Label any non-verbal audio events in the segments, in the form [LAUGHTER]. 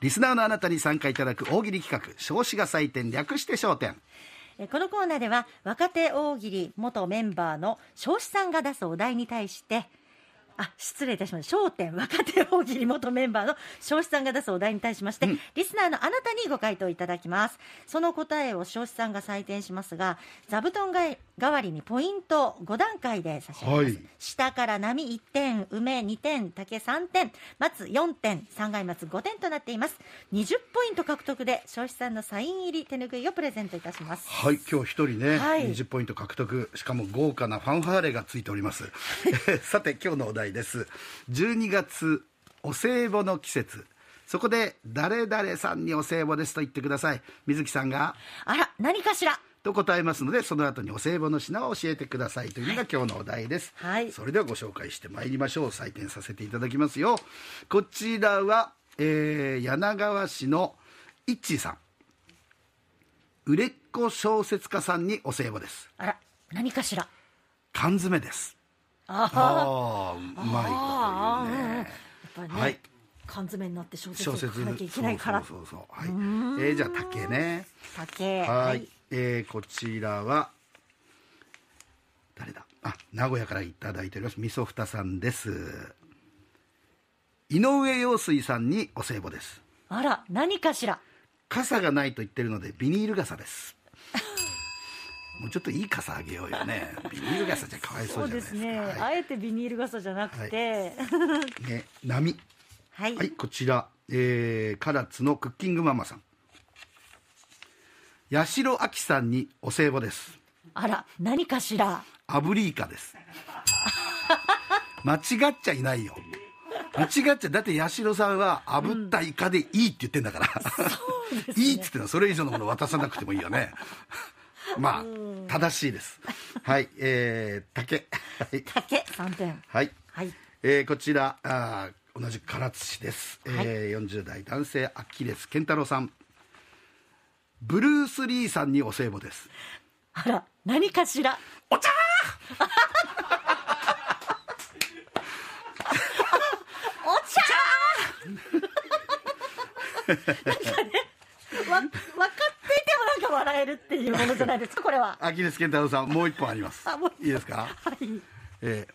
リスナーのあなたに参加いただく大喜利企画少子が採点略して焦点えこのコーナーでは若手大喜利元メンバーの彰子さんが出すお題に対してあ失礼いたしました『笑点』若手大喜利元メンバーの彰子さんが出すお題に対しまして、リスナーのあなたにご回答いただきますその答えを彰子さんが採点しますが座布団がい代わりにポイントを5段階で差し上げます、はい下から波1点梅2点竹3点松4点3階松5点となっています20ポイント獲得で彰子さんのサイン入り手ぬぐいをプレゼントいたしますはい今日一人ね、はい20ポイント獲得しかも豪華なファンファーレがついております [LAUGHS] さて今日のお題です12月お歳暮の季節そこで誰々さんにお歳暮ですと言ってください水木さんがあら、何かしら。と答えますのでその後にお歳暮の品を教えてくださいというのが今日のお題です、はいそれではご紹介してまいりましょう採点させていただきますよこちらは、えー柳川市のいっちーさん売れっ子小説家さんにお歳暮ですあら、何かしら。缶詰ですああ、ああうまいこと言うねやっぱりね、はい缶詰になって小説を小書説かなきゃいけないから。そうそうそうそうはい、えーじゃあ竹ね竹。はい、。えーこちらは誰だあ名古屋からいただいておりますみそふたさんです井上陽水さんにお歳暮ですあら、何かしら。傘がないと言ってるのでビニール傘です [LAUGHS] もうちょっといい傘あげようよねビニール傘じゃかわいそそううじゃないでですすかね。はあえてビニール傘じゃなくて。い、ね波 [LAUGHS] はい。はい、こちら、えー、唐津のクッキングママさん八代亜紀さんにお歳暮ですあら、何かしら。アブリーカです間違っちゃいないよ間違っちゃだって八代さんは炙ったイカでいいって言ってんだから、いいっつってのはそれ以上のもの渡さなくてもいいよねまあ正しいですはいえー、竹はい、竹三点。はいはい。えーこちらあー同じく唐津市です、はいえー40代男性アキレス健太郎さんブルース・リーさんにお歳暮ですあら、何かしら。お茶お茶ーなんかね、わ、分かっていてもなんか笑えるっていうものじゃないですか、これは。アキレス健太郎さんもう一本ありますあもう一本いいですか、はい。えー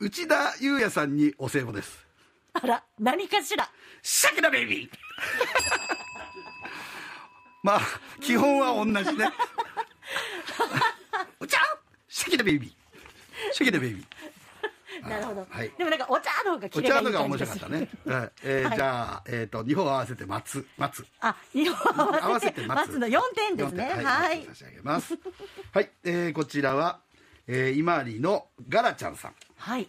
内田裕也さんにお歳暮ですあら、何かしら。シャキダベイビー [LAUGHS] まあ基本は同じね [LAUGHS] お茶シャキダベイビーシャキダベイビーなるほど、はいでもなんかお茶の方がおキレが茶いいのが感面じ白かがっするたね。はいえーはいじゃあ、えっ、と、二本合わせて待つ、待つ。あ色を合合わわせせてて待つ。松の4点ですね四は点い、松差し上げます。はい、えーこちらは、えー、今里のガラちゃんさん。はい、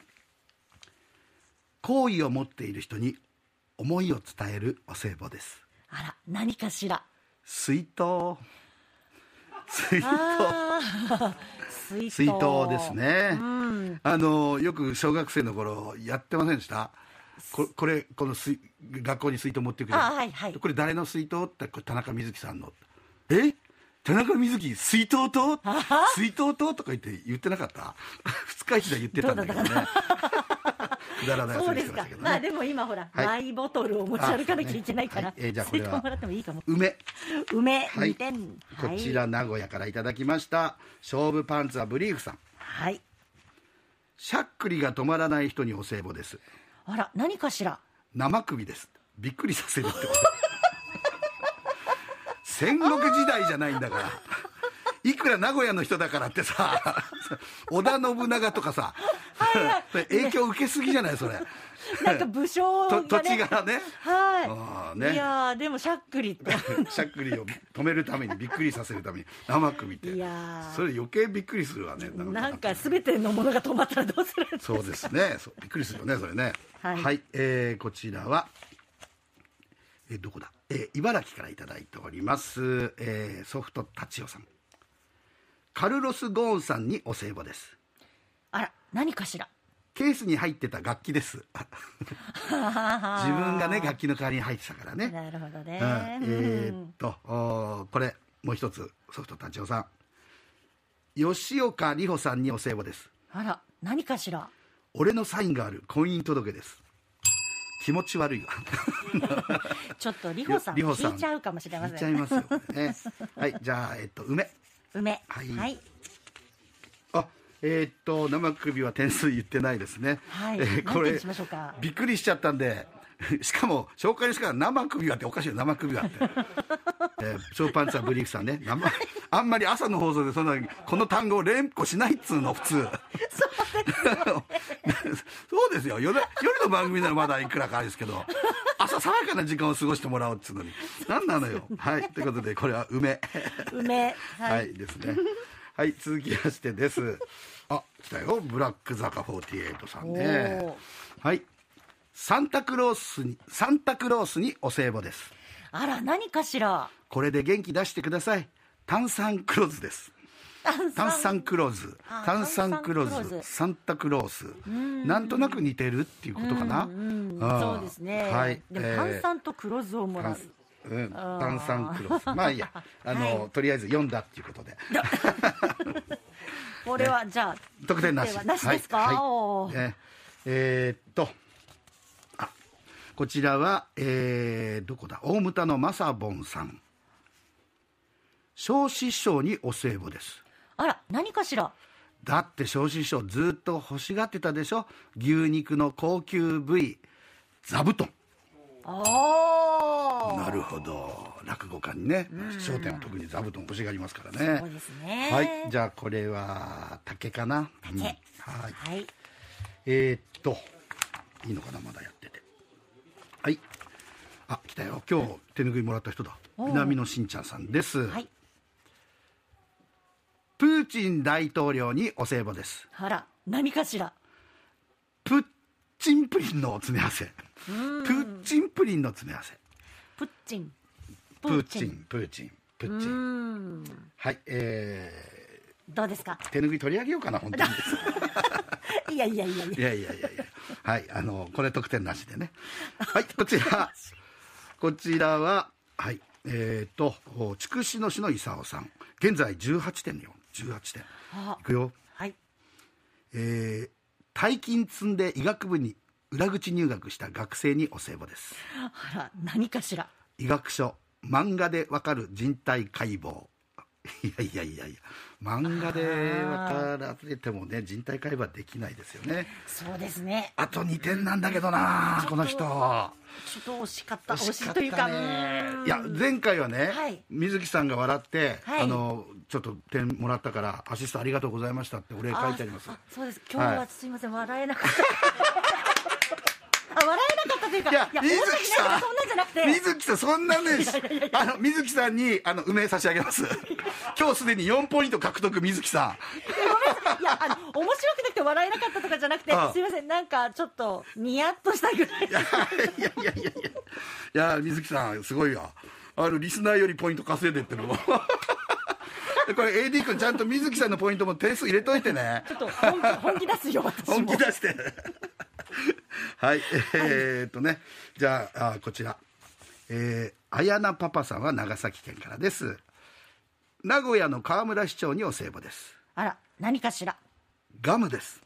好意を持っている人に思いを伝えるお歳暮です。あら何かしら水筒。水筒。あー水筒水筒ですね。うんあのよく小学生の頃やってませんでしたここれこの水学校に水筒持ってくるあはいはいこれ誰の水筒ってこれ田中瑞希さんのえ田中瑞希水筒と水筒ととか言って言ってなかった二日市で言ってたんだけどね [LAUGHS] くだらないそ遊びうでしてすましか、たけどまあねでも今ほら、はいマイボトルを持ち歩かなきゃいけないから、あそうねはいえーじゃあこれ水は筒もらってもいいかも梅梅はい2点こちら名古屋からいただきました勝負パンツはブリーフさんはいしゃっくりが止まらない人にお歳暮ですあら何か [LAUGHS] しら生首ですびっくりさせるってこと [LAUGHS] 戦国時代じゃないんだからいくら名古屋の人だからってさ織田信長とかさ [LAUGHS] それ影響受けすぎじゃないそれなんか武将がとね土地柄ねあはーい、ねいやーでもしゃっくり [LAUGHS] ってしゃっくりを止めるためにびっくりさせるために生首っていやーそれ余計びっくりするわねなんか全てのものが止まったらどうするんですかそうですね。そうびっくりするよね、それね。は、はいいえーこちらは。えーどこだ。えー茨城からいただいております。えーソフトタチオさん。カルロスゴーンさんにお歳暮です。あら何かしらケースに入ってた楽器です。自自分がね、楽器の代わりに入ってたからね。なるほどうねん、えーっと、おーこれ、もう一つ、ソフトタチオさん。吉岡里帆さんにお歳暮です。あら何かしら俺のサインがある婚姻届です気持ち悪いわ。ちょっとリホさんリホさん聞いちゃうかもしれま言っちせゃいんますよ、ね。はい、じゃあ、えっと、梅。梅はいはいあ、えーっと、生首は点数言ってないですね。はいえーこ何点れにしましょうかびっくりしちゃったんで、 [LAUGHS] しかも、紹介のしから生首はっておかしいよ、生首 [LAUGHS] はって。えー、ショーパンツァーブリーフさんね。生あんまり朝の放送でそんな、この単語を連呼しないっつうの、普通。 [LAUGHS] そうですよ夜夜の番組ならまだいくらかあれですけど朝爽やかな時間を過ごしてもらおうっつうのに何なのよ、はいということでこれは梅梅はい、はいですね。 [LAUGHS] はい、続きましてです。あ、来たよ。ブラック坂48さんねおー。はい。サンタクロースに、サンタクロースにお歳暮です。あら何かしらこれで元気出してください。炭酸クローズです。炭炭酸クローズあ、炭酸クロ炭酸クローズ、ーズサンタクロース。なんとなく似てるっていうことかな。うんうんあーそうですねはい。でもえー炭酸と黒酢をもらううん、炭酸クロス。まあいいや、あ [LAUGHS] の、とりあえず読んだっていうことで。これはじゃあ得点なし。得点はなしですかおーええーっと、あ、こちらは、えーどこだ大牟田のマサボンさん。小師匠にお歳暮です。あら何かしらだって小師匠ずっと欲しがってたでしょ牛肉の高級部位、座布団。おおなるほど。落語家にね、笑点は特に座布団欲しがりますからね。そうですねはい。じゃあこれは、竹かな竹うんはい。はいえーっと、いいのかな、まだやってて。はい。あ、来たよ。今日、手拭いもらった人だ。おう南のしんちゃんさんです。はいプーチン大統領にお歳暮です。あら何かしらプッチンプリンの詰め合わせ。プッチンプリンの詰め合わせ。プッチンプーチン、プーチン、プーチうーン。んはい、えどうですか [LAUGHS] ー、手拭い取り上げようかな、本当に。いやいやいやいやいやいやいやいや。はい、あの、これ得点なしでね。はい、こちら。こちらは、はい、えっ、ー、と、お筑紫野市の伊佐さん。現在18点よ。18点。あいくよ。はいえー、大金積んで医学部に裏口入学した学生にお歳暮です。あら何かしら医学書、漫画でわかる人体解剖。いやいやいやいや。漫画でわかられてもね、人体解剖はできないですよね。そうですねあと2点なんだけどなこの人ちょっと惜しかった惜しいというか惜しったうーねんいや前回はね、はい水木さんが笑って、はいあのちょっと点もらったからアシストありがとうございましたってお礼書いてありますあそうです今日はすいません、笑えなかったあ笑えなかったというかいや水木さんそんなんじゃなくて水木さんそんなねあの水木さんにあの梅差し上げ [LAUGHS] ます今日すでに4ポイント獲得水木さいやあの面白くなくて笑えなかったとかじゃなくてあすいませんなんかちょっとニヤッとしたぐらいんいや [LAUGHS] いやいやいやいやいや水木さんすごいわあのリスナーよりポイント稼いでってるも [LAUGHS] これ AD 君ちゃんと水木さんのポイントも点数入れといてねちょっと本気本気出すよ私も本気出 [LAUGHS] してはいえーっとねじゃああこちらえー、あやなパパさんは長崎県からです名古屋の河村市長にお歳暮ですあら何かしらガムです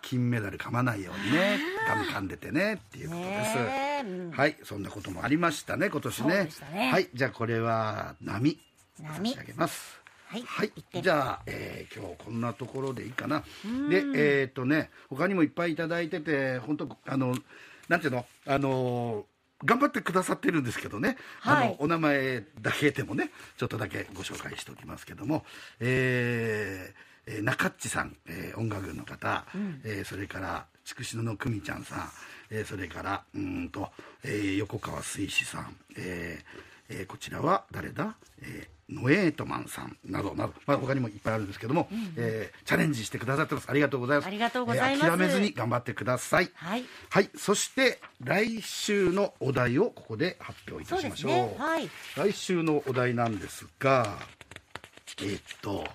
金メダル噛まないようにねガム噛んでてねっていうことです、ねえうんはいそんなこともありましたね今年そうねでしたねはいじゃあこれは波波差し上げますはいはい行って、みじゃあ、えー今日こんなところでいいかな。で、えっ、とね、他にもいっぱいいただいてて、本当あの、なんていうの、あのー頑張ってくださってるんですけどね、はいあのお名前だけでもねちょっとだけご紹介しておきますけども、えーえー中っちさん、えー音楽の方、えーそれから筑紫野の久美ちゃんさん、えーそれからうーんと、えー横川水志さん、えーえーこちらは誰だ、えーノエートマンさんなどなど、まあ、他にもいっぱいあるんですけども、えーチャレンジしてくださってますありがとうございますありがとうございますえー諦めずに頑張ってくださいはいはい、そして来週のお題をここで発表いたしましょう。そうですねはい来週のお題なんですが、えーっと、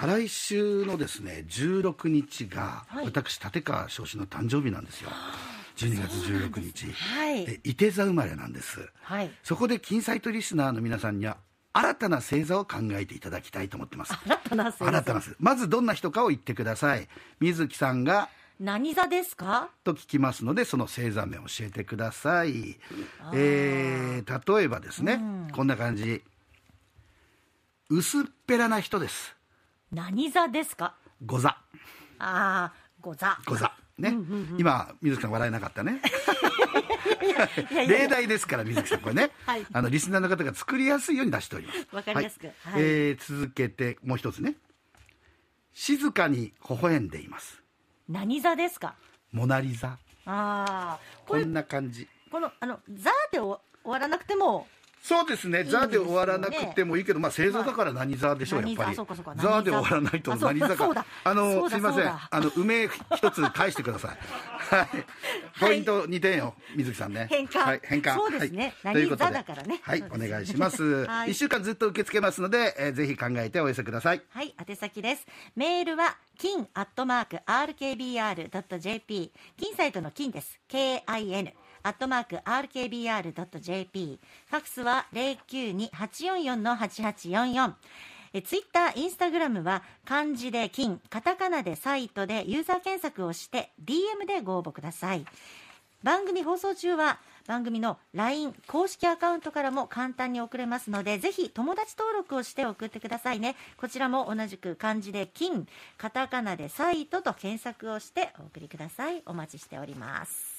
再来週のですね、16日が、はい私、立川昇進の誕生日なんですよ。12月16日。はいで、伊手座生まれなんです。はいそこで、金サイトリスナーの皆さんには、新たな星座を考えていただきたいと思ってます。新たな星座新たな星座まずどんな人かを言ってください。水木さんが、何座ですかと聞きますのでその星座名を教えてください、えー例えばですね、こんな感じ薄っぺらな人です何座ですかござああご座ござね、今水木さん笑えなか [LAUGHS] ったね例題ですから水木さんこれね、 [LAUGHS] はいあのリスナーの方が作りやすいように出しておりますわかりやすくはいはいえー続けてもう一つね静かに微笑んでいます何座ですかモナリザああここれんな感じこのあの座で終わ終わらなくてもそうですね、ですよザねで終わらなくてもいいけど、まあ、星座だから何座でしょう、まあやっぱ何り座そうかそうか。何座ザで終わらないとあそう何座そうだか。あその、うだすいませそん。うだあの、梅一つ返してください。はい。ポイント2点よ、水木さんね。変換はい、変換。そうですねはい何ということで座だからねはいそ、うおですね願いします。 [LAUGHS] はい1週間ずっと受け付けますので、えーぜひ考えてお寄せください。はい、宛先です。メールは、金アットマーク RKBR.jp。金サイトの金です。KIN。アットマーク RKBR.jp。ファックスは092-844-8844。え、ツイッター、インスタグラムは漢字で金、カタカナでサイトでユーザー検索をして DM でご応募ください。番組放送中は番組の LINE 公式アカウントからも簡単に送れますのでぜひ友達登録をして送ってくださいねこちらも同じく漢字で金カタカナでサイトと検索をしてお送りくださいお待ちしております